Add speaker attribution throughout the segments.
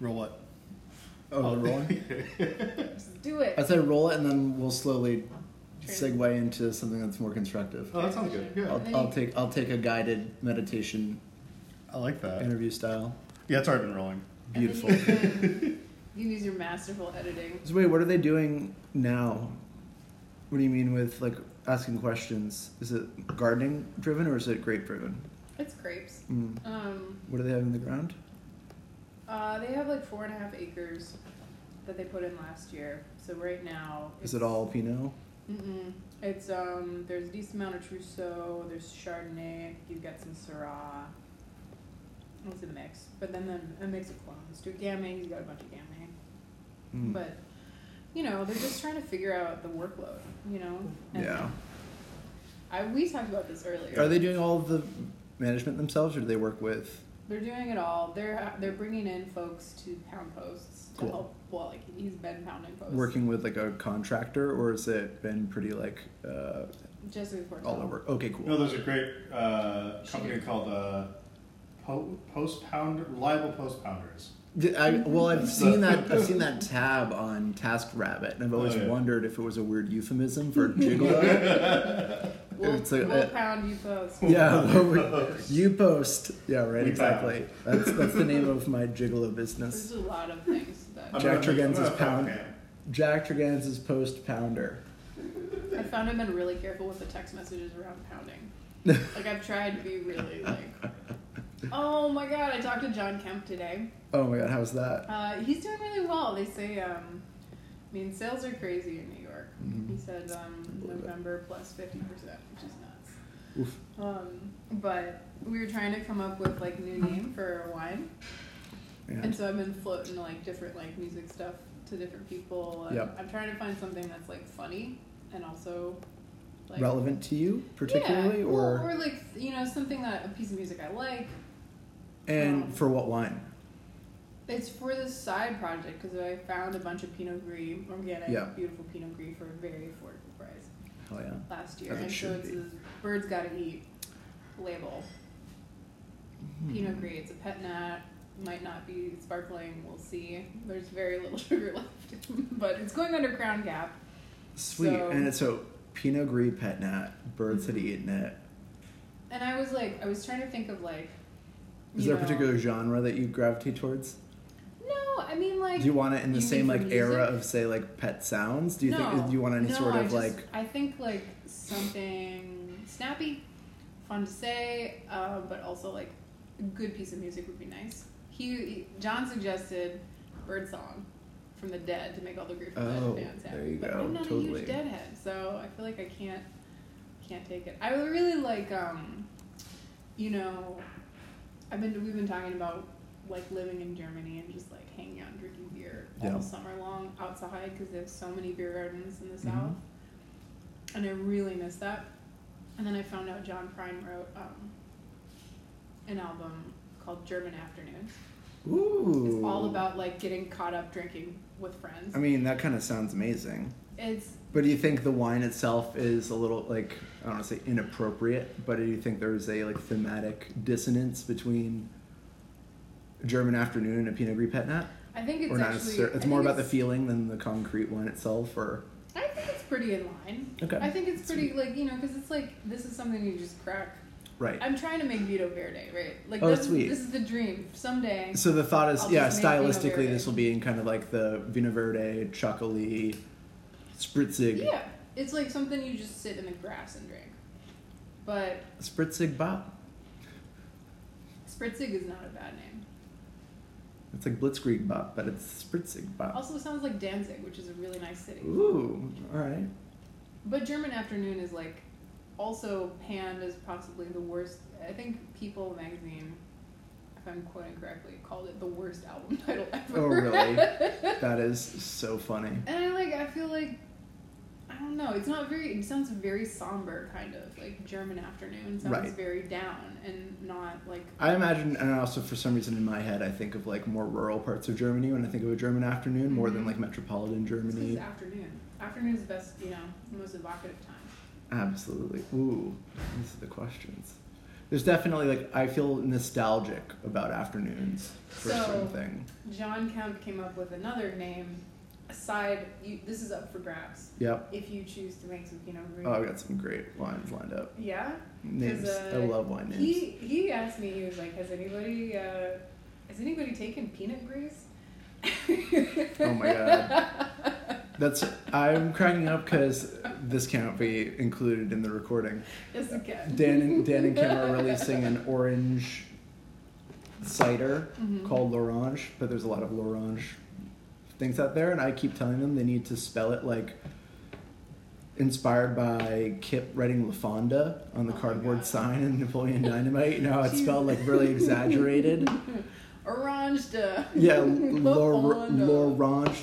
Speaker 1: Roll it.
Speaker 2: Oh, rolling.
Speaker 3: Just do it.
Speaker 2: I say roll it, and then we'll slowly
Speaker 3: Trade.
Speaker 2: segue into something that's more constructive.
Speaker 1: oh, that sounds good. Yeah.
Speaker 2: I'll, I'll take I'll take a guided meditation
Speaker 1: I like that.
Speaker 2: interview style.
Speaker 1: Yeah, it's already been rolling.
Speaker 3: And then
Speaker 2: Beautiful.
Speaker 3: You can, you can use your masterful editing.
Speaker 2: So wait, what are they doing now? What do you mean with like asking questions? Is it gardening driven or is it grape driven?
Speaker 3: It's grapes.
Speaker 2: Mm.
Speaker 3: Um,
Speaker 2: What do they have in the ground?
Speaker 3: uh, they have like four and a half acres that they put in last year. So right now,
Speaker 2: Is it all Pinot?
Speaker 3: Mm-mm. It's um. There's a decent amount of Trousseau. There's Chardonnay. You've got some Syrah. It's a mix, but then the, a mix of clones. Do Gamay. He's got a bunch of Gamay.
Speaker 2: Mm.
Speaker 3: But you know, they're just trying to figure out the workload. You know.
Speaker 2: Yeah.
Speaker 3: I we talked about this earlier.
Speaker 2: Are they doing all of the management themselves, or do they work with?
Speaker 3: They're doing it all. They're they're bringing in folks to pound posts to
Speaker 2: Cool.
Speaker 3: help. Well, like he's been pounding posts.
Speaker 2: Working with like a contractor, or has it been pretty like uh,
Speaker 3: Jessica's working
Speaker 2: all over? Okay, cool.
Speaker 1: No, there's a great uh, company called uh, po- Post Pounder, Reliable Post Pounders.
Speaker 2: Did I, well, I've
Speaker 1: That's
Speaker 2: seen
Speaker 1: the-
Speaker 2: that I've seen that tab on Task Rabbit, and I've always
Speaker 1: Oh, yeah.
Speaker 2: wondered if it was a weird euphemism for gigolo.
Speaker 3: We'll,
Speaker 2: It's uh, like-
Speaker 3: we'll pound you posts.
Speaker 2: yeah, what were- you post. Yeah, right.
Speaker 1: We
Speaker 2: exactly. That's that's the name of my gigolo business.
Speaker 3: There's a lot of things that
Speaker 1: I'm
Speaker 2: Jack
Speaker 1: not a big- I'm
Speaker 2: Treganza's
Speaker 1: not a
Speaker 2: pound.
Speaker 1: fan.
Speaker 2: Jack Treganza's post pounder.
Speaker 3: I found I've been really careful with the text messages around pounding. Like I've tried to be really like, oh my god! I talked to John Kemp today.
Speaker 2: Oh my god, how's that?
Speaker 3: Uh, he's doing really well. They say, um, I mean, sales are crazy in New York.
Speaker 2: Mm-hmm.
Speaker 3: He said um, November plus fifty percent, which is nuts.
Speaker 2: Oof.
Speaker 3: Um, but we were trying to come up with like new name for a wine, and
Speaker 2: And
Speaker 3: so I've been floating like different like music stuff to different people. And
Speaker 2: Yep.
Speaker 3: I'm trying to find something that's like funny and also like
Speaker 2: relevant to you particularly,
Speaker 3: yeah,
Speaker 2: or
Speaker 3: well, or like you know something that a piece of music I like.
Speaker 2: and
Speaker 3: um,
Speaker 2: for what wine?
Speaker 3: It's for this side project because I found a bunch of Pinot Gris, organic,
Speaker 2: Yeah.
Speaker 3: beautiful Pinot Gris for a very affordable price
Speaker 2: Oh yeah.
Speaker 3: last year,
Speaker 2: As it
Speaker 3: and so
Speaker 2: should
Speaker 3: it's
Speaker 2: be.
Speaker 3: this "Birds Gotta Eat" label. Pinot Gris. It's a pet nat. Might not be sparkling. We'll see. There's very little sugar left, but it's going under Crown Gap.
Speaker 2: Sweet.
Speaker 3: So-
Speaker 2: and it's so Pinot Gris pet nat, birds had eaten it.
Speaker 3: And I was like, I was trying to think of like.
Speaker 2: Is
Speaker 3: you
Speaker 2: there a
Speaker 3: know-
Speaker 2: particular genre that you gravitate towards?
Speaker 3: No, I mean like.
Speaker 2: Do you want it in the
Speaker 3: You
Speaker 2: same
Speaker 3: mean for
Speaker 2: like era
Speaker 3: music?
Speaker 2: of say like pet sounds? Do you
Speaker 3: no,
Speaker 2: think do you want any
Speaker 3: no,
Speaker 2: sort
Speaker 3: I
Speaker 2: of
Speaker 3: just-
Speaker 2: like
Speaker 3: I think like something snappy, fun to say, uh, but also like a good piece of music would be nice. He, he- John suggested bird song from the dead to make all the grief from the
Speaker 2: Oh,
Speaker 3: dead fans happy.
Speaker 2: there you
Speaker 3: but
Speaker 2: go,
Speaker 3: I'm not a
Speaker 2: totally.
Speaker 3: huge deadhead, so I feel like I can't can't take it. I would really like um, you know, I've been we've been talking about like living in Germany and just like hanging out and drinking beer
Speaker 2: Yeah.
Speaker 3: all summer long outside because they have so many beer gardens in the
Speaker 2: Mhm.
Speaker 3: south, and I really miss that. And then I found out John Prine wrote um, an album called German Afternoons.
Speaker 2: ooh?
Speaker 3: It's all about like getting caught up drinking with friends.
Speaker 2: I mean, that kind of sounds amazing.
Speaker 3: it's
Speaker 2: But do you think the wine itself is a little like I don't want to say inappropriate, but do you think there's a like thematic dissonance between German afternoon and a Pinot Gris pet nat?
Speaker 3: I think it's
Speaker 2: or not
Speaker 3: actually
Speaker 2: necessarily.
Speaker 3: I
Speaker 2: It's
Speaker 3: think
Speaker 2: more about the
Speaker 3: it's-
Speaker 2: feeling than the concrete wine itself, or
Speaker 3: I think it's pretty in line.
Speaker 2: Okay.
Speaker 3: I think it's pretty like you know because it's like this is something you just crack.
Speaker 2: right.
Speaker 3: I'm trying to make Vito Verde right. Like
Speaker 2: Oh,
Speaker 3: this,
Speaker 2: sweet.
Speaker 3: this is the dream someday.
Speaker 2: So the thought is,
Speaker 3: I'll
Speaker 2: yeah,
Speaker 3: just make Vino
Speaker 2: stylistically,
Speaker 3: Verde.
Speaker 2: this will be in kind of like the Vino Verde, Chocolate, Spritzig,
Speaker 3: Yeah, it's like something you just sit in the grass and drink. But
Speaker 2: Spritzig Bop.
Speaker 3: Spritzig is not a bad name.
Speaker 2: It's like Blitzkrieg Bop, but it's Spritzig Bop.
Speaker 3: Also, it sounds like Danzig, which is a really nice city.
Speaker 2: Ooh, all right.
Speaker 3: But German Afternoon is like also panned as possibly the worst. I think People magazine, if I'm quoting correctly, called it the worst album title ever.
Speaker 2: Oh, really? that is so funny.
Speaker 3: And I like, I feel like, I don't know. It's not very. It sounds very somber, kind of like German Afternoon sounds
Speaker 2: Right.
Speaker 3: very down and not like.
Speaker 2: I imagine, and also for some reason in my head, I think of like more rural parts of Germany when I think of a German afternoon, more than
Speaker 3: Mhm.
Speaker 2: like metropolitan
Speaker 3: It's 'cause
Speaker 2: Germany.
Speaker 3: it's afternoon. Afternoon is the best, you know, most evocative time.
Speaker 2: Absolutely. Ooh, these are the questions. there's definitely like I feel nostalgic about afternoons for
Speaker 3: So-
Speaker 2: something.
Speaker 3: John Kemp came up with another name. Aside, you, this is up for grabs.
Speaker 2: Yep.
Speaker 3: If you choose to make Zucchino green.
Speaker 2: Oh, I got some great lines lined up.
Speaker 3: Yeah.
Speaker 2: Names.
Speaker 3: uh,
Speaker 2: I love wine names.
Speaker 3: He he asked me. He was like, "Has anybody uh, has anybody taken peanut grease?"
Speaker 2: Oh my god. That's I'm cracking up because this can't be included in the recording.
Speaker 3: Yes, again.
Speaker 2: Dan and Dan and Kim are releasing an orange cider
Speaker 3: Mm-hmm.
Speaker 2: called L'Orange, but there's a lot of L'Orange things out there, and I keep telling them they need to spell it like inspired by Kip writing La Fonda on the
Speaker 3: Oh my
Speaker 2: cardboard
Speaker 3: God.
Speaker 2: sign in Napoleon Dynamite. You know how it's
Speaker 3: Jeez.
Speaker 2: spelled like really exaggerated.
Speaker 3: Orange uh, de.
Speaker 2: Yeah, Lor-
Speaker 3: Lavanda.
Speaker 2: L'Orange.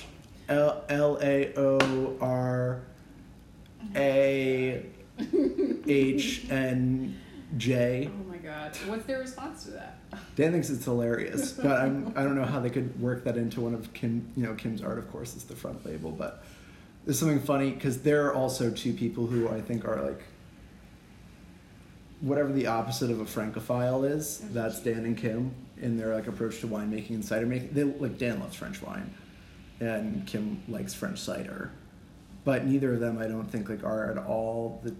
Speaker 2: L L A O R A H N J.
Speaker 3: Oh my god. What's their response to that?
Speaker 2: Dan thinks it's hilarious, but I'm, I don't know how they could work that into one of Kim, you know, Kim's art. Of course, is the front label, but there's something funny because there are also two people who I think are like whatever the opposite of a francophile is. That's Dan and Kim in their like approach to winemaking and cider making. They like Dan loves French wine, and Kim likes French cider, but neither of them I don't think like are at all the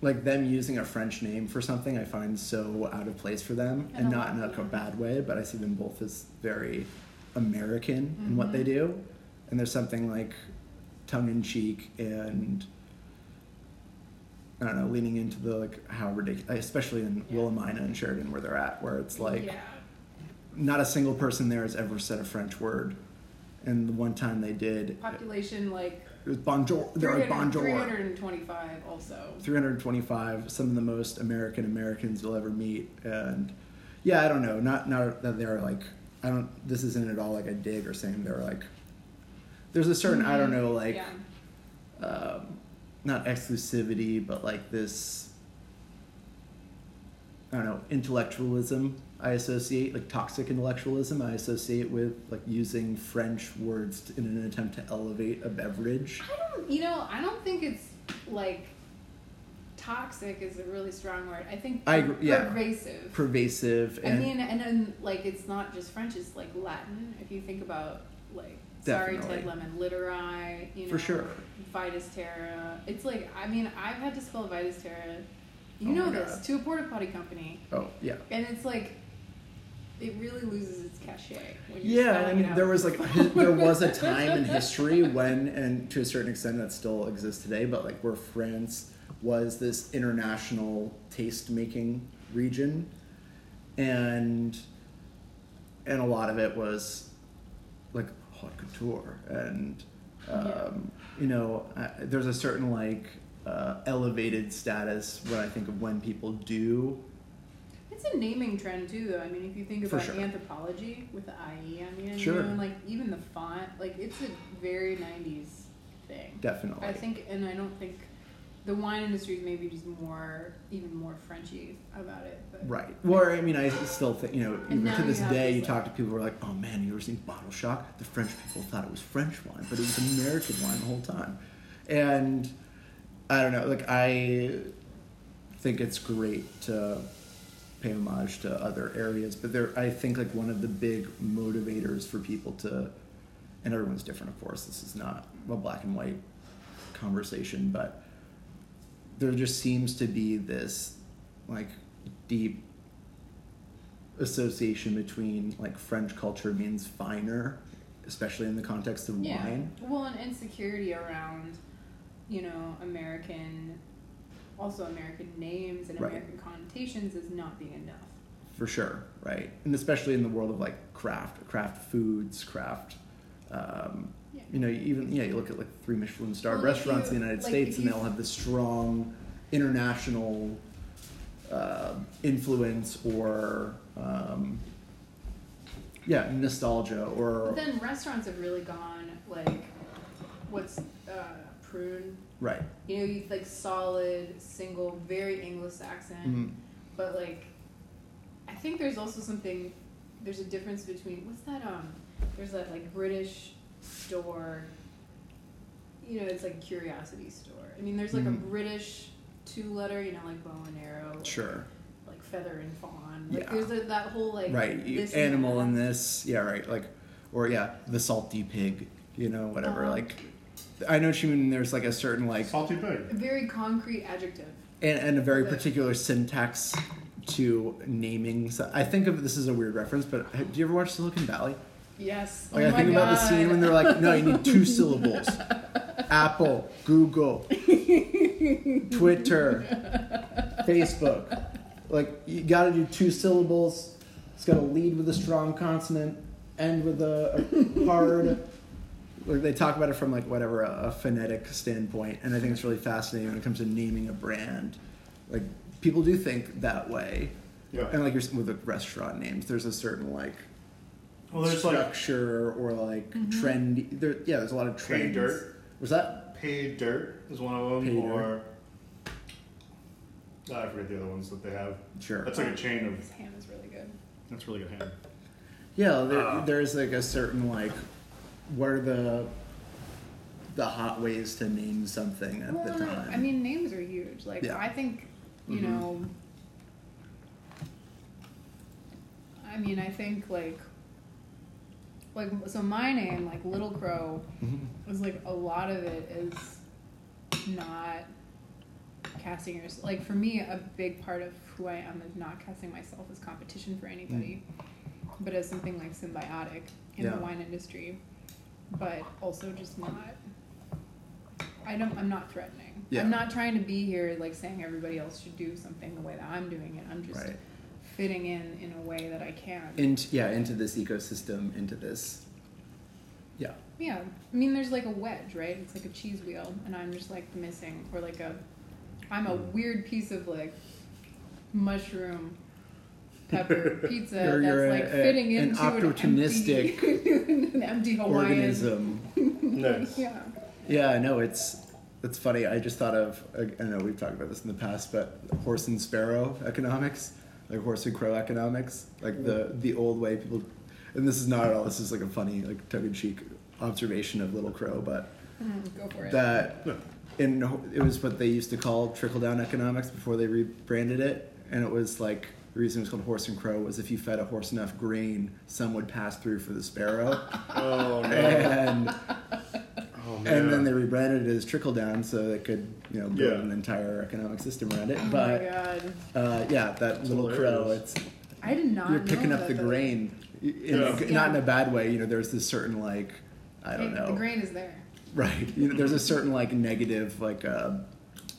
Speaker 2: like them using a French name for something I find so out of place for them,
Speaker 3: I
Speaker 2: and
Speaker 3: don't
Speaker 2: not
Speaker 3: like
Speaker 2: in like a
Speaker 3: that.
Speaker 2: bad way, but I see them both as very American in what they
Speaker 3: Mm-hmm.
Speaker 2: do, and there's something like tongue in cheek and I don't know, leaning into the like how ridiculous, especially in
Speaker 3: Yeah.
Speaker 2: Willamina and Sheridan where they're at, where it's like
Speaker 3: yeah.
Speaker 2: not a single person there has ever said a French word, and the one time they did, it
Speaker 3: Population like
Speaker 2: was bonjour. They're like
Speaker 3: 300
Speaker 2: bonjour.
Speaker 3: 325 also.
Speaker 2: 325 some of the most american americans you'll ever meet and yeah i don't know not not that they're like i don't this isn't at all like a dig or saying they're like there's a certain i don't know like
Speaker 3: Mm-hmm. yeah.
Speaker 2: um, not exclusivity but like this i don't know intellectualism i associate like toxic intellectualism i associate with like using french words t- in an attempt to elevate a beverage
Speaker 3: I don't, you know, I don't think it's like toxic is a really strong word. I think
Speaker 2: I agree, yeah.
Speaker 3: pervasive.
Speaker 2: pervasive
Speaker 3: I
Speaker 2: and
Speaker 3: mean, and then like it's not just French; it's like Latin. If you think about like sorry,
Speaker 2: Definitely.
Speaker 3: Ted Lemon, Literi, you know,
Speaker 2: For sure.
Speaker 3: Vitus Terra. It's like I mean, I've had to spell Vitus Terra. You
Speaker 2: Oh
Speaker 3: know
Speaker 2: my
Speaker 3: this
Speaker 2: God.
Speaker 3: to a porta potty company,
Speaker 2: oh yeah
Speaker 3: and it's like it really loses its cachet. When you're
Speaker 2: Yeah, I
Speaker 3: spelling it
Speaker 2: mean,
Speaker 3: out.
Speaker 2: there was like hi- there was a time in history when, and to a certain extent, that still exists today. But like where France was this international taste making region, and and a lot of it was like haute couture, and um, you know, I, there's a certain like uh, elevated status when I think of when people do
Speaker 3: It's a naming trend too, though. I mean, if you think
Speaker 2: For
Speaker 3: about
Speaker 2: sure.
Speaker 3: anthropology with the IE on the end,
Speaker 2: Sure.
Speaker 3: you know, and like even the font, like it's a very '90s thing.
Speaker 2: definitely.
Speaker 3: I think, and I don't think the wine industry is maybe just more, even more Frenchy about it. But
Speaker 2: Right. Well, I mean, I still think, you know, even
Speaker 3: now
Speaker 2: to
Speaker 3: you
Speaker 2: this
Speaker 3: have
Speaker 2: day,
Speaker 3: this,
Speaker 2: you
Speaker 3: like-
Speaker 2: talk to people who are like, oh man, you ever seen Bottle Shock? The French people thought it was French wine, but it was American wine the whole time. And I don't know, like, I think it's great to pay homage to other areas, but there, I think, like, one of the big motivators for people to, and everyone's different, of course, this is not a black and white conversation, but there just seems to be this like deep association between like French culture means finer, especially in the context of
Speaker 3: Yeah.
Speaker 2: wine.
Speaker 3: Well, and insecurity around, you know, American, also American names and
Speaker 2: Right.
Speaker 3: American connotations is not being enough.
Speaker 2: for sure, right? And especially in the world of like craft, craft foods, craft. Um,
Speaker 3: Yeah.
Speaker 2: You know, even yeah, you look at like three Michelin star
Speaker 3: Well, if
Speaker 2: restaurants in
Speaker 3: you-
Speaker 2: the United
Speaker 3: like,
Speaker 2: States,
Speaker 3: if
Speaker 2: and
Speaker 3: you-
Speaker 2: they'll have this strong international uh, influence or um, yeah, nostalgia or
Speaker 3: But then restaurants have really gone like, what's uh, prune?
Speaker 2: right,
Speaker 3: You know, you like solid, single, very Anglo-Saxon.
Speaker 2: mm,
Speaker 3: But like, I think there's also something. There's a difference between what's that? Um, there's that like British store. You know, it's like curiosity store. I mean, there's like
Speaker 2: Mhm.
Speaker 3: a British two-letter. You know, like bow and arrow.
Speaker 2: sure,
Speaker 3: Like feather and fawn. Like,
Speaker 2: Yeah.
Speaker 3: There's a, that whole like
Speaker 2: right you-
Speaker 3: this
Speaker 2: animal
Speaker 3: that.
Speaker 2: in this yeah right like or yeah the salty pig you know whatever
Speaker 3: Uh-huh.
Speaker 2: like i know what you mean there's like a certain like
Speaker 1: Salty pig.
Speaker 3: A very concrete adjective.
Speaker 2: and, and a very
Speaker 3: But-
Speaker 2: particular syntax to naming so i think of this as a weird reference but ha- do you ever watch silicon valley
Speaker 3: Yes.
Speaker 2: like
Speaker 3: oh
Speaker 2: i
Speaker 3: my
Speaker 2: think
Speaker 3: God.
Speaker 2: about the scene when they're like no you need two syllables apple google twitter facebook like you gotta do two syllables it's gotta lead with a strong consonant end with a, a hard like they talk about it from like whatever a, a phonetic standpoint and i think it's really fascinating when it comes to naming a brand like people do think that way
Speaker 1: Yeah.
Speaker 2: and like you're s- with the restaurant names there's a certain like
Speaker 1: Well, there's like
Speaker 2: structure or like
Speaker 3: Mm-hmm.
Speaker 2: trendy there yeah there's a lot of
Speaker 1: Pay
Speaker 2: trends
Speaker 1: Dirt.
Speaker 2: was that
Speaker 1: Pay Dirt is one of them,
Speaker 2: Pay Dirt.
Speaker 1: or ah, I forget the other ones that they have.
Speaker 2: sure
Speaker 1: That's like a chain of.
Speaker 3: This ham is really good.
Speaker 1: That's really good hand.
Speaker 2: Yeah, there,
Speaker 1: Ah.
Speaker 2: there's like a certain like, what are the the hot ways to name something at the
Speaker 3: Well,
Speaker 2: time?
Speaker 3: I mean, names are huge. Like,
Speaker 2: Yeah.
Speaker 3: I think, you
Speaker 2: Mhm.
Speaker 3: know, I mean, I think like, like so my name, like Little Crow,
Speaker 2: Mhm.
Speaker 3: is like a lot of it is not casting yourself. Like for me, a big part of who I am is not casting myself as competition for anybody, but as something like symbiotic
Speaker 2: Mm.
Speaker 3: in
Speaker 2: Yeah.
Speaker 3: the wine industry, but also just not. I don't. I'm not threatening.
Speaker 2: Yeah.
Speaker 3: I'm not trying to be here like saying everybody else should do something the way that I'm doing it. I'm just
Speaker 2: right.
Speaker 3: fitting in in a way that I can.
Speaker 2: Into yeah, into this ecosystem, into this. Yeah,
Speaker 3: Yeah, I mean, there's like a wedge, right? It's like a cheese wheel, and I'm just like missing, or like a, I'm a
Speaker 2: Mm.
Speaker 3: weird piece of like mushroom, pepper pizza
Speaker 2: You're-
Speaker 3: that's
Speaker 2: you're
Speaker 3: like
Speaker 2: a- a-
Speaker 3: fitting
Speaker 2: an
Speaker 3: into
Speaker 2: opportunistic
Speaker 3: an empty, an empty Hawaiian.
Speaker 2: organism.
Speaker 1: Nice.
Speaker 3: Yeah,
Speaker 2: Yeah, I know it's it's funny. I just thought of I I know we've talked about this in the past, but horse and sparrow economics, like horse and crow economics, like the the old way people. And this is not at all. This is like a funny, like tongue in cheek observation of Little Crow, but
Speaker 3: Mm, go for it.
Speaker 2: that
Speaker 1: Yeah.
Speaker 2: in it was what they used to call trickle down economics before they rebranded it, and it was like the reason it was called horse and crow was if you fed a horse enough grain, some would pass through for the sparrow,
Speaker 1: Oh
Speaker 2: and
Speaker 1: Oh
Speaker 2: and then they rebranded it as trickle down so they could you know build
Speaker 1: Yeah.
Speaker 2: an entire economic system around it.
Speaker 3: oh my
Speaker 2: but
Speaker 3: god,
Speaker 2: uh, yeah, that
Speaker 1: That's
Speaker 2: little crow,
Speaker 1: hilarious.
Speaker 2: it's
Speaker 3: I did not.
Speaker 2: you're
Speaker 3: know
Speaker 2: picking up
Speaker 3: that
Speaker 2: the grain, in,
Speaker 1: Yeah.
Speaker 2: not in a bad way. You know, there's this certain like I don't
Speaker 3: Hey,
Speaker 2: know,
Speaker 3: The grain is there.
Speaker 2: right? You know, there's a certain like negative like uh,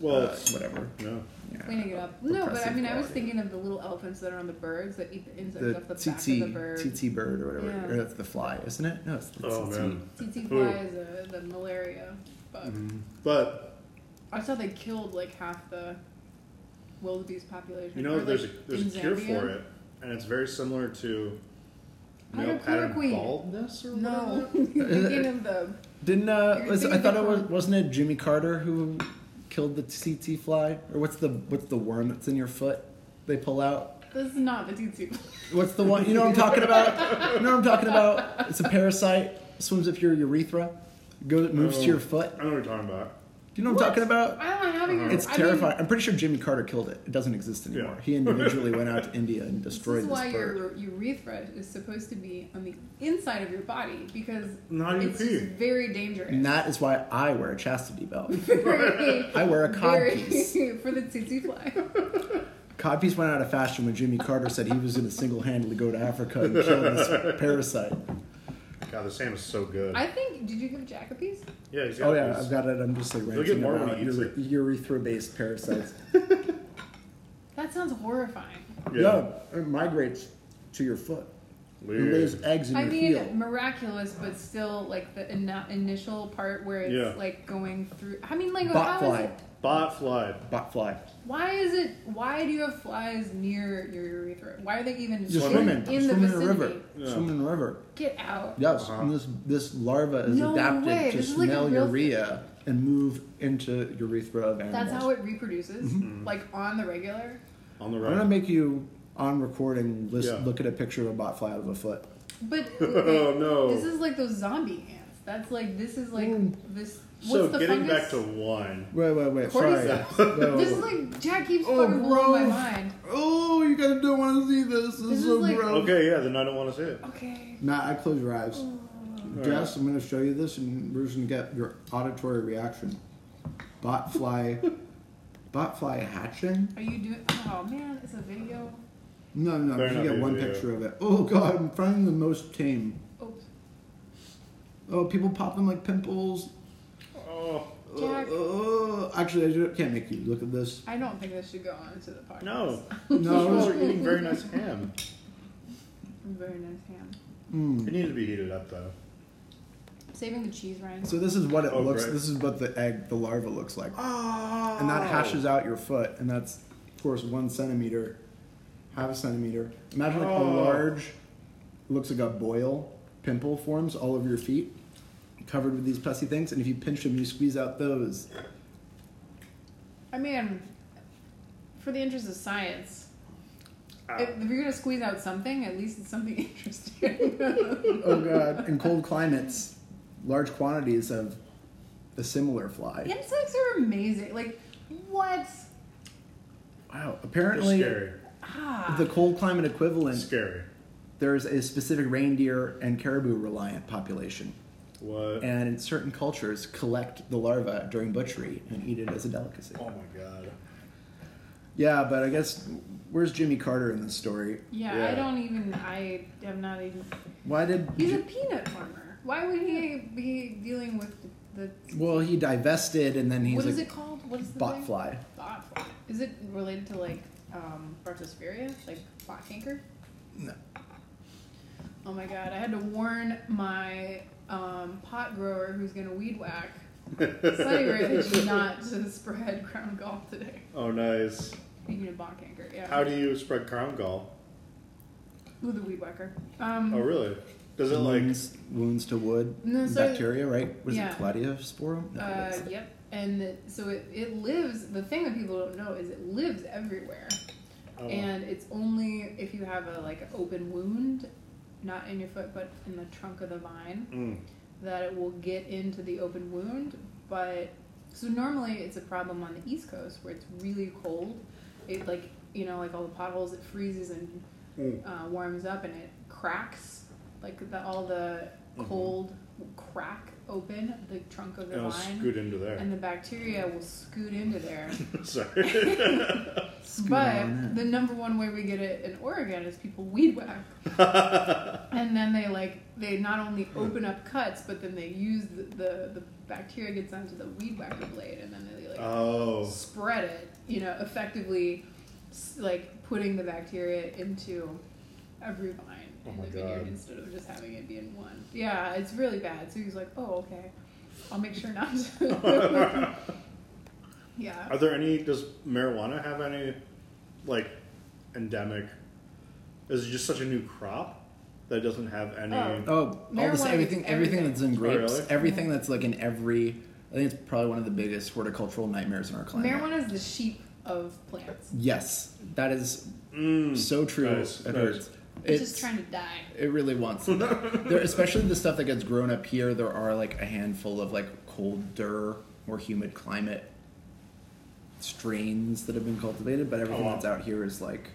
Speaker 1: Well,
Speaker 2: uh,
Speaker 1: it's-
Speaker 2: whatever.
Speaker 1: yeah.
Speaker 2: Yeah.
Speaker 3: Cleaning it up. No, but I
Speaker 2: Repressive
Speaker 3: mean, I was
Speaker 2: quality.
Speaker 3: thinking of the little elephants that are on the birds that eat the insects
Speaker 2: the
Speaker 3: off the back of the bird.
Speaker 2: tsetse tsetse bird or whatever,
Speaker 3: Yeah.
Speaker 2: or that's the fly, isn't it? No, it's the
Speaker 1: Oh
Speaker 2: tsetse.
Speaker 1: man.
Speaker 3: tsetse
Speaker 1: Ooh.
Speaker 3: fly is a, uh, the malaria bug.
Speaker 2: Mm-hmm.
Speaker 1: But
Speaker 3: I saw they killed like half the wildebeest population.
Speaker 1: you know,
Speaker 3: Or,
Speaker 1: there's a,
Speaker 3: like,
Speaker 1: there's
Speaker 3: in
Speaker 1: a cure
Speaker 3: Zambia.
Speaker 1: for it, and it's very similar to male pattern
Speaker 3: Hydrochloroquine.
Speaker 1: baldness or
Speaker 3: No,
Speaker 1: whatever.
Speaker 3: thinking of the
Speaker 2: Didn't uh,
Speaker 3: You're
Speaker 2: was, I
Speaker 3: thinking
Speaker 2: thought it was
Speaker 3: different.
Speaker 2: wasn't it Jimmy Carter who killed the tsetse fly, or what's the what's the worm that's in your foot? They pull out.
Speaker 3: this is not the tsetse.
Speaker 2: What's the one? You know what I'm talking about? You know what I'm talking about? It's a parasite swims up your urethra, goes moves
Speaker 1: Oh.
Speaker 2: to your foot.
Speaker 1: I know what you're talking about.
Speaker 2: Do you know what, I'm talking about?
Speaker 3: I don't have
Speaker 1: Uh-huh.
Speaker 3: any.
Speaker 2: It's
Speaker 3: I mean,
Speaker 2: terrifying. I'm pretty sure Jimmy Carter killed it. It doesn't exist anymore.
Speaker 1: Yeah.
Speaker 2: He individually went out to India and
Speaker 3: this
Speaker 2: destroyed
Speaker 3: is
Speaker 2: this,
Speaker 3: why
Speaker 2: bird.
Speaker 3: your urethra is supposed to be on the inside of your body because
Speaker 1: Not even
Speaker 3: it's just
Speaker 1: pee.
Speaker 3: very dangerous.
Speaker 2: And that is why I wear a chastity belt.
Speaker 3: Very-
Speaker 2: I wear a
Speaker 3: very-
Speaker 2: codpiece.
Speaker 3: for the tsetse fly.
Speaker 2: Codpiece went out of fashion when Jimmy Carter said he was going to single handedly go to Africa and kill this parasite.
Speaker 1: God, the Sam is so good.
Speaker 3: I think. Did you give Jack a piece?
Speaker 1: yeah, he's got
Speaker 2: Oh, yeah,
Speaker 1: these-
Speaker 2: I've got it. I'm just like
Speaker 1: You'll
Speaker 2: ranting
Speaker 1: get more when
Speaker 2: about
Speaker 1: he eats it.
Speaker 2: urethra based parasites.
Speaker 3: That sounds horrifying.
Speaker 1: Yeah.
Speaker 2: No, it migrates to your foot. It
Speaker 1: Weird.
Speaker 2: lays eggs in
Speaker 3: I
Speaker 2: your
Speaker 3: mean,
Speaker 2: heel.
Speaker 3: miraculous, but still like the in- initial part where it's
Speaker 1: Yeah.
Speaker 3: like going through. I mean, like how is
Speaker 2: Botfly.
Speaker 3: it?
Speaker 1: Bot fly.
Speaker 2: Botfly.
Speaker 3: Why is it? Why do you have flies near your urethra? Why are they even
Speaker 2: You're
Speaker 1: Swimming.
Speaker 2: swimming.
Speaker 3: in
Speaker 2: swimming
Speaker 3: the
Speaker 2: in a
Speaker 3: vicinity?
Speaker 2: river.
Speaker 1: Yeah.
Speaker 2: Swimming in a river.
Speaker 3: Get out!
Speaker 2: Yes,
Speaker 1: Uh-huh.
Speaker 2: and this, this larva is
Speaker 3: No
Speaker 2: adapted
Speaker 3: way,
Speaker 2: to
Speaker 3: this is like a
Speaker 2: smell
Speaker 3: real thing.
Speaker 2: urea and move into urethra of animals.
Speaker 3: That's how it reproduces,
Speaker 1: Mm-hmm.
Speaker 3: like on the regular.
Speaker 1: On the
Speaker 2: I'm gonna
Speaker 1: right.
Speaker 2: make you on recording list,
Speaker 1: Yeah.
Speaker 2: look at a picture of a botfly out of a foot.
Speaker 3: But
Speaker 1: Oh, no.
Speaker 3: this is like those zombie ants. That's like this is like
Speaker 2: Mm.
Speaker 3: this. What's
Speaker 1: so
Speaker 3: the
Speaker 1: getting
Speaker 3: fungus?
Speaker 1: back to wine.
Speaker 2: Wait, wait, wait. Sorry.
Speaker 3: cordyceps.
Speaker 2: Wait, wait,
Speaker 3: this is
Speaker 2: wait.
Speaker 3: like Jack keeps
Speaker 2: Oh,
Speaker 3: fucking blowing my
Speaker 2: gross.
Speaker 3: mind.
Speaker 2: oh, you guys don't want to see this. This,
Speaker 3: This
Speaker 2: is
Speaker 3: is
Speaker 2: so
Speaker 3: like-
Speaker 2: gross.
Speaker 4: Okay, yeah, then I don't want to see it.
Speaker 3: Okay.
Speaker 2: Matt, I close your eyes.
Speaker 3: Oh.
Speaker 4: All
Speaker 2: Jess, I'm going to show you this, and we're just going to get your auditory reaction. Botfly, botfly hatching.
Speaker 3: Are you doing? Oh man, it's a video.
Speaker 2: No, no,
Speaker 4: Better
Speaker 2: you
Speaker 4: not
Speaker 2: get
Speaker 4: be
Speaker 2: one
Speaker 4: video.
Speaker 2: picture of it. Oh god, I'm finding the most tame.
Speaker 3: Oops.
Speaker 2: Oh, people pop them like pimples.
Speaker 4: right. Oh
Speaker 2: Oh,
Speaker 3: Jack.
Speaker 2: oh. actually, I ju- can't make you look at this.
Speaker 3: I don't think this should go on to the podcast.
Speaker 4: no!
Speaker 2: No,
Speaker 4: Those are
Speaker 2: it's-
Speaker 4: eating very nice ham.
Speaker 3: Very nice ham.
Speaker 4: It
Speaker 2: mm.
Speaker 4: needs to be heated up though.
Speaker 3: Saving the cheese, Ryan.
Speaker 2: So this is what it
Speaker 4: Oh,
Speaker 2: looks.
Speaker 4: great.
Speaker 2: This is what the egg, the larva looks like,
Speaker 4: Oh.
Speaker 2: and that hashes out your foot, and that's of course one centimeter, half a centimeter. Imagine like
Speaker 4: Oh.
Speaker 2: a large, looks like a boil pimple forms all over your feet, covered with these pussy things, and if you pinch them, you squeeze out those.
Speaker 3: I mean, for the interest of science,
Speaker 4: Ah.
Speaker 3: if, if you're gonna squeeze out something, at least it's something interesting.
Speaker 2: Oh god! In cold climates, large quantities of a similar fly.
Speaker 3: Insects are amazing. Like what?
Speaker 2: Wow!
Speaker 4: It's
Speaker 2: Apparently,
Speaker 4: scary.
Speaker 3: Ah.
Speaker 2: the cold climate
Speaker 4: It's
Speaker 2: equivalent.
Speaker 4: scary.
Speaker 2: There's a specific reindeer and caribou reliant population,
Speaker 4: What?
Speaker 2: and in certain cultures, collect the larva during butchery and eat it as a delicacy.
Speaker 4: oh my god.
Speaker 2: Yeah, but I guess where's Jimmy Carter in this story?
Speaker 3: yeah, I
Speaker 4: Yeah.
Speaker 3: don't even. I am not even.
Speaker 2: Why did?
Speaker 3: He's a peanut farmer. Why would he be dealing with the?
Speaker 2: well, he divested, and then
Speaker 3: the
Speaker 2: he's
Speaker 3: what is
Speaker 2: like
Speaker 3: it called? What is the
Speaker 2: bot
Speaker 3: thing?
Speaker 2: fly.
Speaker 3: Bot fly. Is it related to like um, Bartospharia, like bot canker?
Speaker 2: No.
Speaker 3: Oh my god! I had to warn my um, pot grower who's gonna weed whack Sunny Ridge not to spread crown gall today.
Speaker 4: Oh nice.
Speaker 3: Speaking of bot canker, yeah.
Speaker 4: How do you spread crown gall?
Speaker 3: With a weed whacker. Um,
Speaker 4: Oh really? Does it like
Speaker 2: wounds, wounds to wood,
Speaker 3: No, so-
Speaker 2: bacteria, right? What is
Speaker 3: yeah.
Speaker 2: it, Claudiosporum? No,
Speaker 3: Uh,
Speaker 2: that's-
Speaker 3: yep. And it- so it, it lives, the thing that people don't know is it lives everywhere.
Speaker 4: oh,
Speaker 3: And it's only if you have a like open wound, not in your foot, but in the trunk of the vine,
Speaker 4: mm.
Speaker 3: that it will get into the open wound. But so normally it's a problem on the East Coast where it's really cold. It like, you know, like all the potholes, it freezes and
Speaker 4: Mm.
Speaker 3: uh, warms up and it cracks. Like the, all the
Speaker 4: Mhm.
Speaker 3: cold will crack open the trunk of the
Speaker 4: And I'll
Speaker 3: vine
Speaker 4: scoot into there.
Speaker 3: and the bacteria will scoot into there.
Speaker 4: Sorry.
Speaker 2: on
Speaker 3: but
Speaker 2: in.
Speaker 3: the number one way we get it in Oregon is people weed whack, and then they like they not only open up cuts, but then they use the the, the bacteria gets onto the weed whacker blade, and then they like
Speaker 4: oh.
Speaker 3: spread it, you know, effectively, s- like putting the bacteria into every vine
Speaker 4: Oh
Speaker 3: in
Speaker 4: my
Speaker 3: the vineyard
Speaker 4: God.
Speaker 3: instead of just having it be in one. Yeah, it's really bad. So he's like, oh okay, I'll make sure not to. yeah.
Speaker 4: Are there any? Does marijuana have any, like, endemic? Is it just such a new crop that it doesn't have any?
Speaker 3: Oh.
Speaker 2: Oh, all
Speaker 3: Marijuana
Speaker 2: the
Speaker 3: is
Speaker 2: same, everything, everything
Speaker 3: everything.
Speaker 2: that's in grapes,
Speaker 4: Oh, really?
Speaker 2: everything that's like in every. I think it's probably one of the biggest horticultural nightmares in our climate.
Speaker 3: Marijuana is the sheep of plants.
Speaker 2: Yes, that is
Speaker 4: Mm.
Speaker 2: so true.
Speaker 4: Nice,
Speaker 2: it
Speaker 4: nice.
Speaker 2: hurts.
Speaker 3: It's,
Speaker 2: It's,
Speaker 3: just trying to die.
Speaker 2: it really wants to die. there, especially the stuff that gets grown up here. There are like a handful of like colder, more humid climate strains that have been cultivated, but everything
Speaker 4: Oh, wow.
Speaker 2: that's out here is like,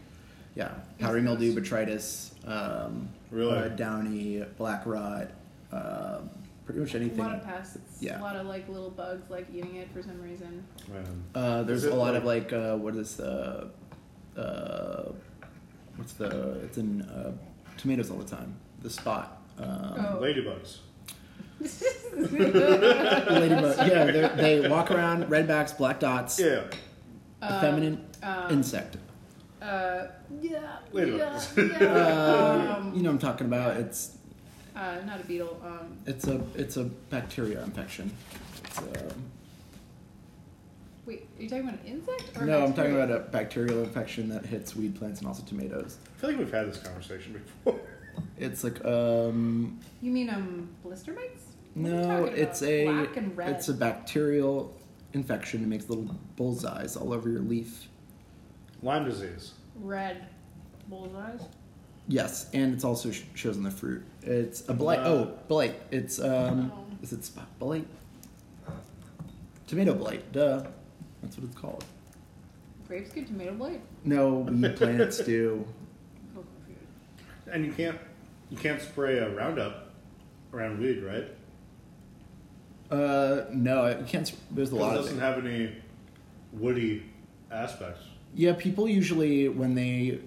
Speaker 2: yeah,
Speaker 3: It's
Speaker 2: powdery
Speaker 3: gross.
Speaker 2: mildew, botrytis, um,
Speaker 4: Really?
Speaker 2: uh, downy, black rot, um, pretty much anything.
Speaker 3: A lot of pests.
Speaker 2: Yeah.
Speaker 3: A lot of like little bugs like eating it for some reason.
Speaker 4: Man.
Speaker 2: Uh,
Speaker 4: Is
Speaker 2: there's
Speaker 4: it
Speaker 2: a lot of like uh, what is the uh, what's the it's in uh, tomatoes all the time the spot um,
Speaker 3: Oh.
Speaker 4: Ladybugs.
Speaker 2: ladybug yeah they're- they walk around redbacks black dots
Speaker 4: Yeah.
Speaker 2: a feminine
Speaker 3: um,
Speaker 2: insect
Speaker 3: Uh, yeah.
Speaker 4: Ladybugs.
Speaker 3: Yeah. yeah.
Speaker 2: uh,
Speaker 3: um,
Speaker 2: you know what I'm talking about it's
Speaker 3: uh, not a beetle. Um,
Speaker 2: it's a it's a bacteria infection it's uh, a,
Speaker 3: wait, are you talking about an insect? Or
Speaker 2: no
Speaker 3: a
Speaker 2: I'm talking
Speaker 3: bacteria?
Speaker 2: about a bacterial infection that hits weed plants and also tomatoes
Speaker 4: I feel like we've had this conversation before.
Speaker 2: it's like um
Speaker 3: You mean um blister mites? What are you
Speaker 2: No,
Speaker 3: talking about?
Speaker 2: it's a
Speaker 3: black and red.
Speaker 2: it's a bacterial infection. It makes little bullseyes all over your leaf.
Speaker 4: Lyme disease.
Speaker 3: red bullseyes.
Speaker 2: Yes, and it's also sh- shows in the fruit. It's a blight.
Speaker 4: Wow.
Speaker 2: Oh, blight. It's um,
Speaker 3: Oh.
Speaker 2: is it spot blight? Tomato blight. Duh, that's what it's called.
Speaker 3: Grapes give tomato blight.
Speaker 2: No, we plants do.
Speaker 3: Cocoa food.
Speaker 4: And you can't you can't spray a Roundup around weed, right?
Speaker 2: Uh, no, it can't. s- There's
Speaker 4: Because
Speaker 2: a lot
Speaker 4: it
Speaker 2: of
Speaker 4: doesn't
Speaker 2: things.
Speaker 4: have any woody aspects.
Speaker 2: Yeah, people usually when they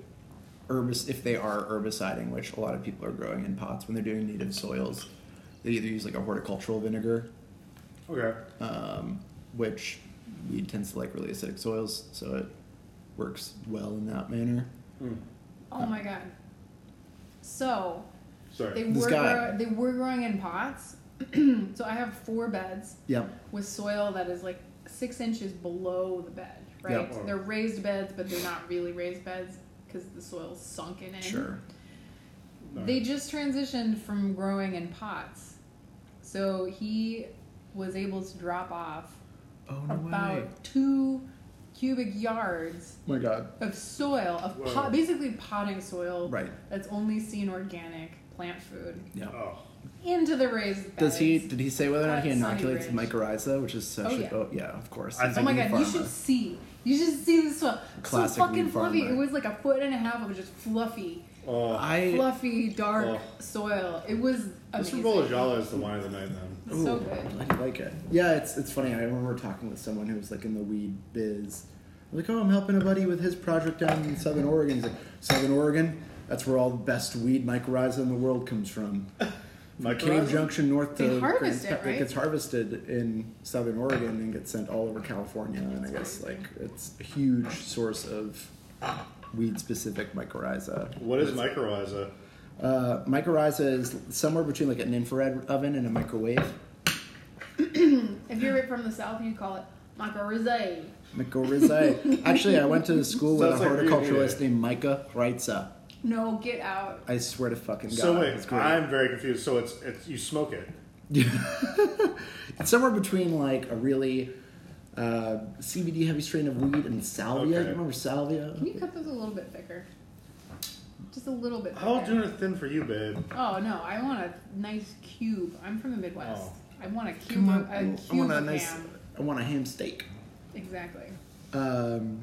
Speaker 2: herbis if they are herbiciding, which a lot of people are growing in pots when they're doing native soils, they either use like a horticultural vinegar,
Speaker 4: Okay.
Speaker 2: um, which weed tends to like really acidic soils, so it works well in that manner.
Speaker 4: Mm.
Speaker 3: Oh my god. So they
Speaker 4: Sorry.
Speaker 2: This
Speaker 3: were
Speaker 2: guy.
Speaker 3: grow- they were growing in pots. so I have four beds
Speaker 2: Yep.
Speaker 3: with soil that is like six inches below the bed. Right.
Speaker 2: Oh.
Speaker 4: Yep.
Speaker 3: They're raised beds, but they're not really raised beds because the soil's sunken in.
Speaker 2: Sure.
Speaker 3: They just transitioned from growing in pots. So he was able to drop off
Speaker 2: Oh no
Speaker 3: about
Speaker 2: way!
Speaker 3: two cubic yards
Speaker 2: my God.
Speaker 3: of soil, of
Speaker 4: Whoa.
Speaker 3: pot, basically potting soil
Speaker 2: Right.
Speaker 3: that's only seen organic plant food
Speaker 2: Yeah.
Speaker 4: Oh.
Speaker 3: into the raised beds.
Speaker 2: Does he? Did he say whether or not he
Speaker 3: That's Sunny
Speaker 2: inoculates the
Speaker 3: Ridge.
Speaker 2: mycorrhiza, which is such
Speaker 3: Oh,
Speaker 2: a
Speaker 3: yeah.
Speaker 2: oh yeah, of course.
Speaker 4: I
Speaker 2: He's
Speaker 3: Oh
Speaker 4: think
Speaker 3: my
Speaker 2: a
Speaker 3: god,
Speaker 2: farmer.
Speaker 3: you should see. You should see this soil.
Speaker 2: Classic
Speaker 3: so fucking
Speaker 2: weed
Speaker 3: fluffy.
Speaker 2: farmer.
Speaker 3: It was like a foot and a half of just fluffy,
Speaker 4: Oh.
Speaker 2: I
Speaker 3: fluffy, dark
Speaker 2: Oh.
Speaker 4: Ugh.
Speaker 3: soil. It was
Speaker 4: Mr.
Speaker 3: amazing.
Speaker 4: Bolajala is the wine of the night then.
Speaker 3: It's so
Speaker 2: Ooh,
Speaker 3: good.
Speaker 2: I like it. Yeah, it's it's funny. I remember talking with someone who was like in the weed biz. Like, oh, I'm helping a buddy with his project down in Southern Oregon. He's like, Southern Oregon, that's where all the best weed mycorrhiza in the world comes from. From Cane
Speaker 4: Mycorrhiza?
Speaker 2: Junction north
Speaker 3: They
Speaker 2: to
Speaker 3: harvest
Speaker 2: Grand
Speaker 3: it,
Speaker 2: Step-
Speaker 3: right?
Speaker 2: gets harvested in Southern Oregon and gets sent all over California. And I guess like it's a huge source of weed-specific mycorrhiza.
Speaker 4: What is mycorrhiza?
Speaker 2: Uh, mycorrhiza is somewhere between like an infrared oven and a microwave.
Speaker 3: If you're from the south, you call it mycorrhizae.
Speaker 2: Mycorrhizae. Actually, I went to school with
Speaker 4: Sounds
Speaker 2: a
Speaker 4: like
Speaker 2: horticulturalist named Micah Reitza.
Speaker 3: No, get out.
Speaker 2: I swear to fucking god,
Speaker 4: So
Speaker 2: it's
Speaker 4: wait,
Speaker 2: great.
Speaker 4: I'm very confused. So it's it's you smoke it.
Speaker 2: It's somewhere between like a really uh, CBD heavy strain of weed and salvia.
Speaker 4: Okay.
Speaker 2: You remember salvia?
Speaker 3: Can you cut those a little bit thicker? Just a little bit.
Speaker 4: How
Speaker 3: thicker.
Speaker 4: doing it thin for you, babe?
Speaker 3: Oh no, I want a nice cube. I'm from the Midwest.
Speaker 4: Oh.
Speaker 3: I want a cube.
Speaker 2: Come on,
Speaker 3: of- a
Speaker 2: I
Speaker 3: cube
Speaker 2: want a
Speaker 3: of
Speaker 2: nice.
Speaker 3: ham.
Speaker 2: I want a ham steak.
Speaker 3: Exactly.
Speaker 2: Um,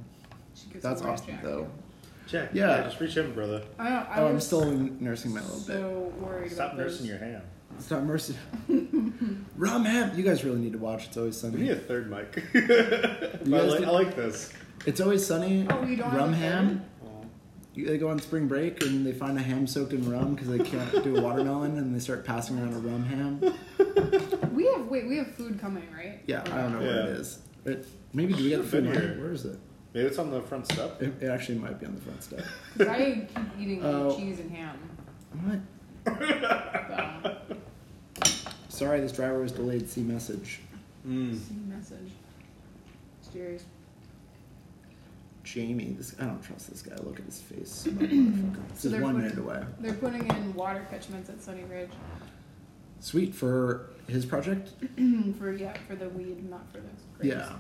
Speaker 3: She gives
Speaker 2: that's
Speaker 3: a orange
Speaker 2: awesome
Speaker 3: jack.
Speaker 2: though.
Speaker 4: Check.
Speaker 2: Yeah.
Speaker 4: just reach in, brother.
Speaker 3: I don't. I
Speaker 2: Oh, I'm
Speaker 3: was
Speaker 2: still nursing my little bit.
Speaker 3: so worried
Speaker 4: Stop
Speaker 3: about those.
Speaker 4: nursing your hand.
Speaker 2: It's not mercy. Rum ham. You guys really need to watch. It's always
Speaker 4: We need
Speaker 2: sunny.
Speaker 4: a third mic. But I,
Speaker 2: guys
Speaker 4: like,
Speaker 2: did-
Speaker 4: I like this.
Speaker 2: It's always sunny.
Speaker 3: Oh, you don't have
Speaker 2: rum
Speaker 3: a
Speaker 2: ham.
Speaker 3: third?
Speaker 2: You- They go on spring break and they find a ham soaked in rum because they can't do a watermelon and they start passing around a rum ham.
Speaker 3: We have wait. We have food coming, right?
Speaker 2: Yeah, I don't know what it
Speaker 4: Yeah.
Speaker 2: is. It, maybe do we get the
Speaker 4: Should've been
Speaker 2: food? line?
Speaker 4: here.
Speaker 2: Where is it?
Speaker 4: Maybe it's on the front step.
Speaker 2: it? It actually might be on the front step.
Speaker 3: 'Cause I keep eating like,
Speaker 2: Oh.
Speaker 3: cheese and ham. um,
Speaker 2: What?
Speaker 3: So.
Speaker 2: Sorry, this driver was delayed. See message. Hmm.
Speaker 4: Mm.
Speaker 3: See message. Serious.
Speaker 2: Jamie, this I don't trust this guy. Look at his face. Smug motherfucker. This
Speaker 3: So
Speaker 2: is
Speaker 3: they're
Speaker 2: one
Speaker 3: put-
Speaker 2: minute away.
Speaker 3: They're putting in water catchments at Sunny Ridge
Speaker 2: Sweet for his project.
Speaker 3: Hmm, for yeah for the weed, not for the grapes.
Speaker 2: Yeah.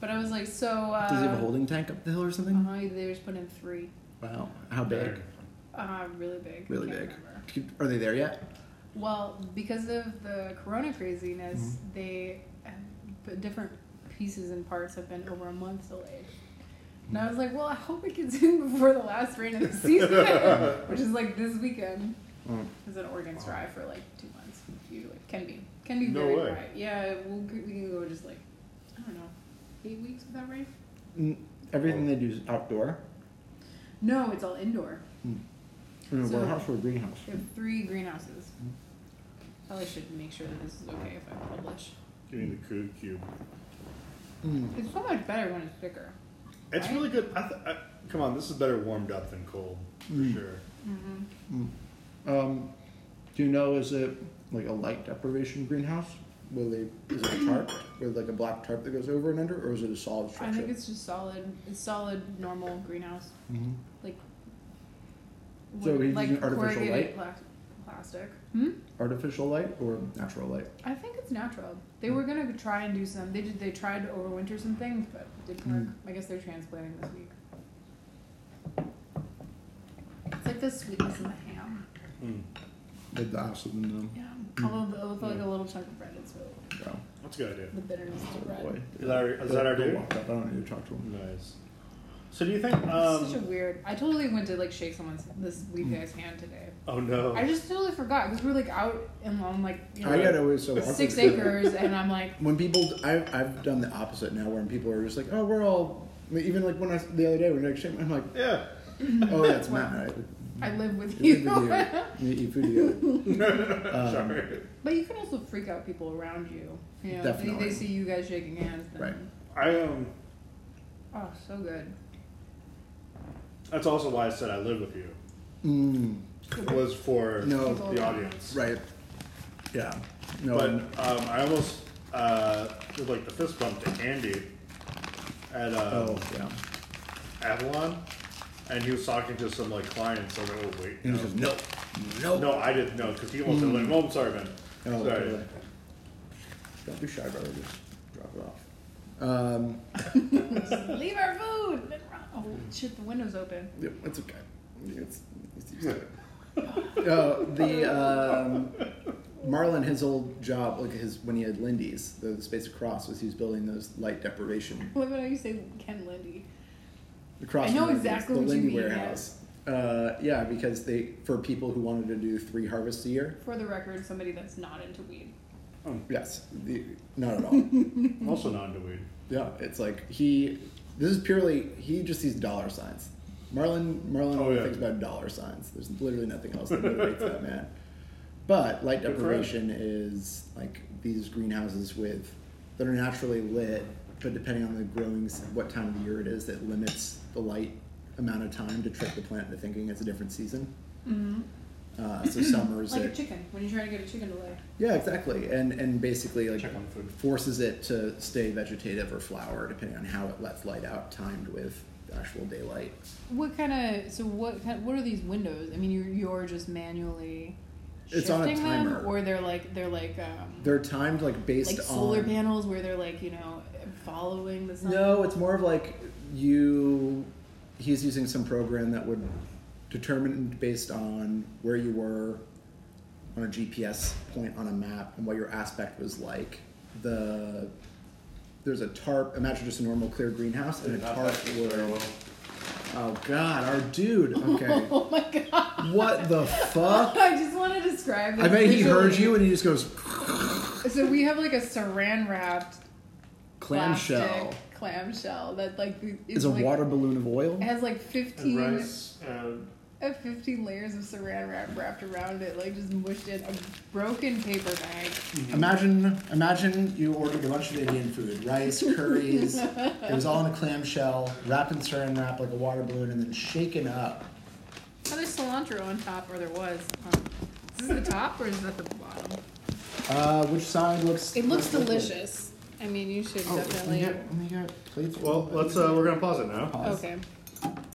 Speaker 3: But I was like, so. Uh,
Speaker 2: Does he have a holding tank up the hill or something?
Speaker 3: Uh, they just put in three.
Speaker 2: Wow. How big?
Speaker 3: Uh, really big.
Speaker 2: Really
Speaker 3: Can't
Speaker 2: big.
Speaker 3: remember.
Speaker 2: Are they there yet?
Speaker 3: Well, because of the corona craziness,
Speaker 4: Mm-hmm.
Speaker 3: they uh, p- different pieces and parts have been over a month delayed. And I was like, well, I hope it gets in before the last rain of the season, which is like this weekend.
Speaker 2: Mm.
Speaker 3: Because an Oregon's dry for like two months usually. Can be, can be
Speaker 4: No
Speaker 3: very
Speaker 4: way.
Speaker 3: dry. Yeah, we'll, g- we can go just like I don't know, eight weeks without rain.
Speaker 2: N- Mm, Everything they do is outdoor.
Speaker 3: No, it's all indoor.
Speaker 2: In a
Speaker 3: So-
Speaker 2: warehouse or a greenhouse.
Speaker 3: We have three greenhouses.
Speaker 4: Mm-hmm.
Speaker 3: Probably should make sure that this is okay if I publish.
Speaker 4: Give me the cube. cube.
Speaker 2: Mm,
Speaker 3: It's so much better when it's thicker.
Speaker 4: It's
Speaker 3: Right?
Speaker 4: really good. I th- I, come on, this is better warmed up than cold for
Speaker 2: Mm.
Speaker 4: sure.
Speaker 3: Mm-hmm.
Speaker 2: Um, do you know is it like a light deprivation greenhouse? Will they is it a tarp with like a black tarp that goes over and under, or is it a solid
Speaker 3: I
Speaker 2: structure?
Speaker 3: think it's just solid. It's solid, normal greenhouse,
Speaker 2: Mhm.
Speaker 3: like
Speaker 2: So
Speaker 3: wood-
Speaker 2: he's
Speaker 3: like
Speaker 2: using artificial light?
Speaker 3: corrugated plas- plastic. Hmm?
Speaker 2: artificial light or natural light.
Speaker 3: I think it's natural.
Speaker 2: Hmm.
Speaker 3: They were gonna try and do some. They did. They tried to overwinter some things, but it didn't work.
Speaker 2: Hmm.
Speaker 3: I guess they're transplanting this week. It's like the sweetness in the ham.
Speaker 4: Mm.
Speaker 2: With the acid in them.
Speaker 3: Yeah. Although the- with like a little chunk of bread, it's really
Speaker 2: Wow.
Speaker 4: That's a good idea.
Speaker 3: the bitterness of
Speaker 2: Boy.
Speaker 3: bread.
Speaker 4: Is that our- is that our
Speaker 2: Don't
Speaker 4: dude?
Speaker 2: walk up. I don't need to talk to him.
Speaker 4: Nice. So do you think?
Speaker 3: It's such
Speaker 4: Um,
Speaker 3: a weird. I totally went to like shake someone's this
Speaker 2: Hmm.
Speaker 3: weed guy's hand today.
Speaker 4: oh no.
Speaker 3: I just totally forgot because we were like out and on like you know,
Speaker 2: I got always so awkward.
Speaker 3: six acres, and I'm like,
Speaker 2: When people, I, I've done the opposite now, where people are just like, "Oh, we're all." I mean, even like when I the other day when I shaking, I'm like,
Speaker 4: yeah.
Speaker 2: "Oh, that's Matt, right?
Speaker 3: I live with
Speaker 2: You
Speaker 3: you.
Speaker 2: eat video. You eat video.
Speaker 4: Sorry.
Speaker 3: but you can also freak out people around you. You know, if they,
Speaker 2: Definitely.
Speaker 3: they see you guys shaking hands. Then,
Speaker 2: Right.
Speaker 4: I um.
Speaker 3: Oh, so good.
Speaker 4: That's also why I said I live with you.
Speaker 2: Mm,
Speaker 4: Was for
Speaker 2: No.
Speaker 4: the audience.
Speaker 2: right. Yeah. No.
Speaker 4: But um, I almost uh, did like the fist bump to Andy at uh,
Speaker 2: oh, yeah.
Speaker 4: Avalon, and he was talking to some like clients. I was like, oh wait, no,
Speaker 2: And he says, "No, no,
Speaker 4: no, I didn't know because he almost said, like, oh, I'm sorry, man.
Speaker 2: Oh,
Speaker 4: sorry.
Speaker 2: totally. Don't be shy, brother. Just drop it off. Um,
Speaker 3: Just leave our food. and then run. Oh shit! The window's open.
Speaker 2: yeah, it's okay. It's, it's used to it. Uh, the um, Marlin, his old job, like his when he had Lindy's, the, the space across was he was building those light deprivation
Speaker 3: I love it how you say Ken Lindy.
Speaker 2: across.
Speaker 3: I
Speaker 2: from
Speaker 3: know
Speaker 2: Lindy's,
Speaker 3: exactly
Speaker 2: the
Speaker 3: what you
Speaker 2: Lindy
Speaker 3: mean,
Speaker 2: warehouse. Uh, yeah, because they for people who wanted to do three harvests a year.
Speaker 3: For the record, somebody that's not into weed.
Speaker 2: Yes, the, not at all.
Speaker 4: I'm also not into weed.
Speaker 2: Yeah, it's like he. This is purely he just sees dollar signs. Marlon Marlon
Speaker 4: Oh,
Speaker 2: only
Speaker 4: yeah.
Speaker 2: thinks about dollar signs. There's literally nothing else that motivates that man. But light
Speaker 4: Good for him.
Speaker 2: deprivation is like these greenhouses with that are naturally lit, but depending on the growing s- what time of year it is, that limits the light amount of time to trick the plant into thinking it's a different season.
Speaker 3: Mm-hmm.
Speaker 2: Uh, so summers
Speaker 3: Like a
Speaker 2: it-
Speaker 3: chicken when you're trying to get a chicken to lay.
Speaker 2: yeah, exactly, and and basically like
Speaker 4: Check on the food.
Speaker 2: forces it to stay vegetative or flower, depending on how it lets light out, timed with the actual daylight.
Speaker 3: What kind of so what kind, what are these windows? I mean, you're you're just manually shifting
Speaker 2: It's on a timer.
Speaker 3: them, or they're like they're like um,
Speaker 2: They're timed like based
Speaker 3: like solar
Speaker 2: on
Speaker 3: panels where they're like you know following the sun.
Speaker 2: No, it's more of like you. He's using some program that would determine based on where you were on a GPS point on a map and what your aspect was like. The there's a tarp. Imagine just a normal clear greenhouse and a tarp. Where, oh God, our dude. Okay,
Speaker 3: Oh my god!
Speaker 2: what the fuck?
Speaker 3: I just want to describe. This
Speaker 2: I bet he
Speaker 3: visually.
Speaker 2: heard you and he just goes
Speaker 3: So we have like a saran wrapped
Speaker 2: clamshell.
Speaker 3: plastic clamshell that like
Speaker 2: Is a
Speaker 3: like-
Speaker 2: water balloon of oil.
Speaker 3: It has like
Speaker 4: And
Speaker 3: fifteen
Speaker 4: rice and
Speaker 3: uh, 15 layers of saran wrap wrapped around it, like just mushed in a broken paper bag.
Speaker 2: Imagine, imagine you ordered a bunch of Indian food, rice, curries. it was all in a clamshell, wrapped in saran wrap like a water balloon, and then shaken up.
Speaker 3: Oh, there's cilantro on top, or there was. Um, is this the top, or is that the bottom?
Speaker 2: Uh, which side looks?
Speaker 3: It looks
Speaker 2: looks-
Speaker 3: delicious. I mean, you should
Speaker 2: Oh,
Speaker 3: definitely.
Speaker 2: we got, we got plates.
Speaker 4: well, let's. Uh, we're gonna pause it now.
Speaker 2: Pause.
Speaker 3: Okay.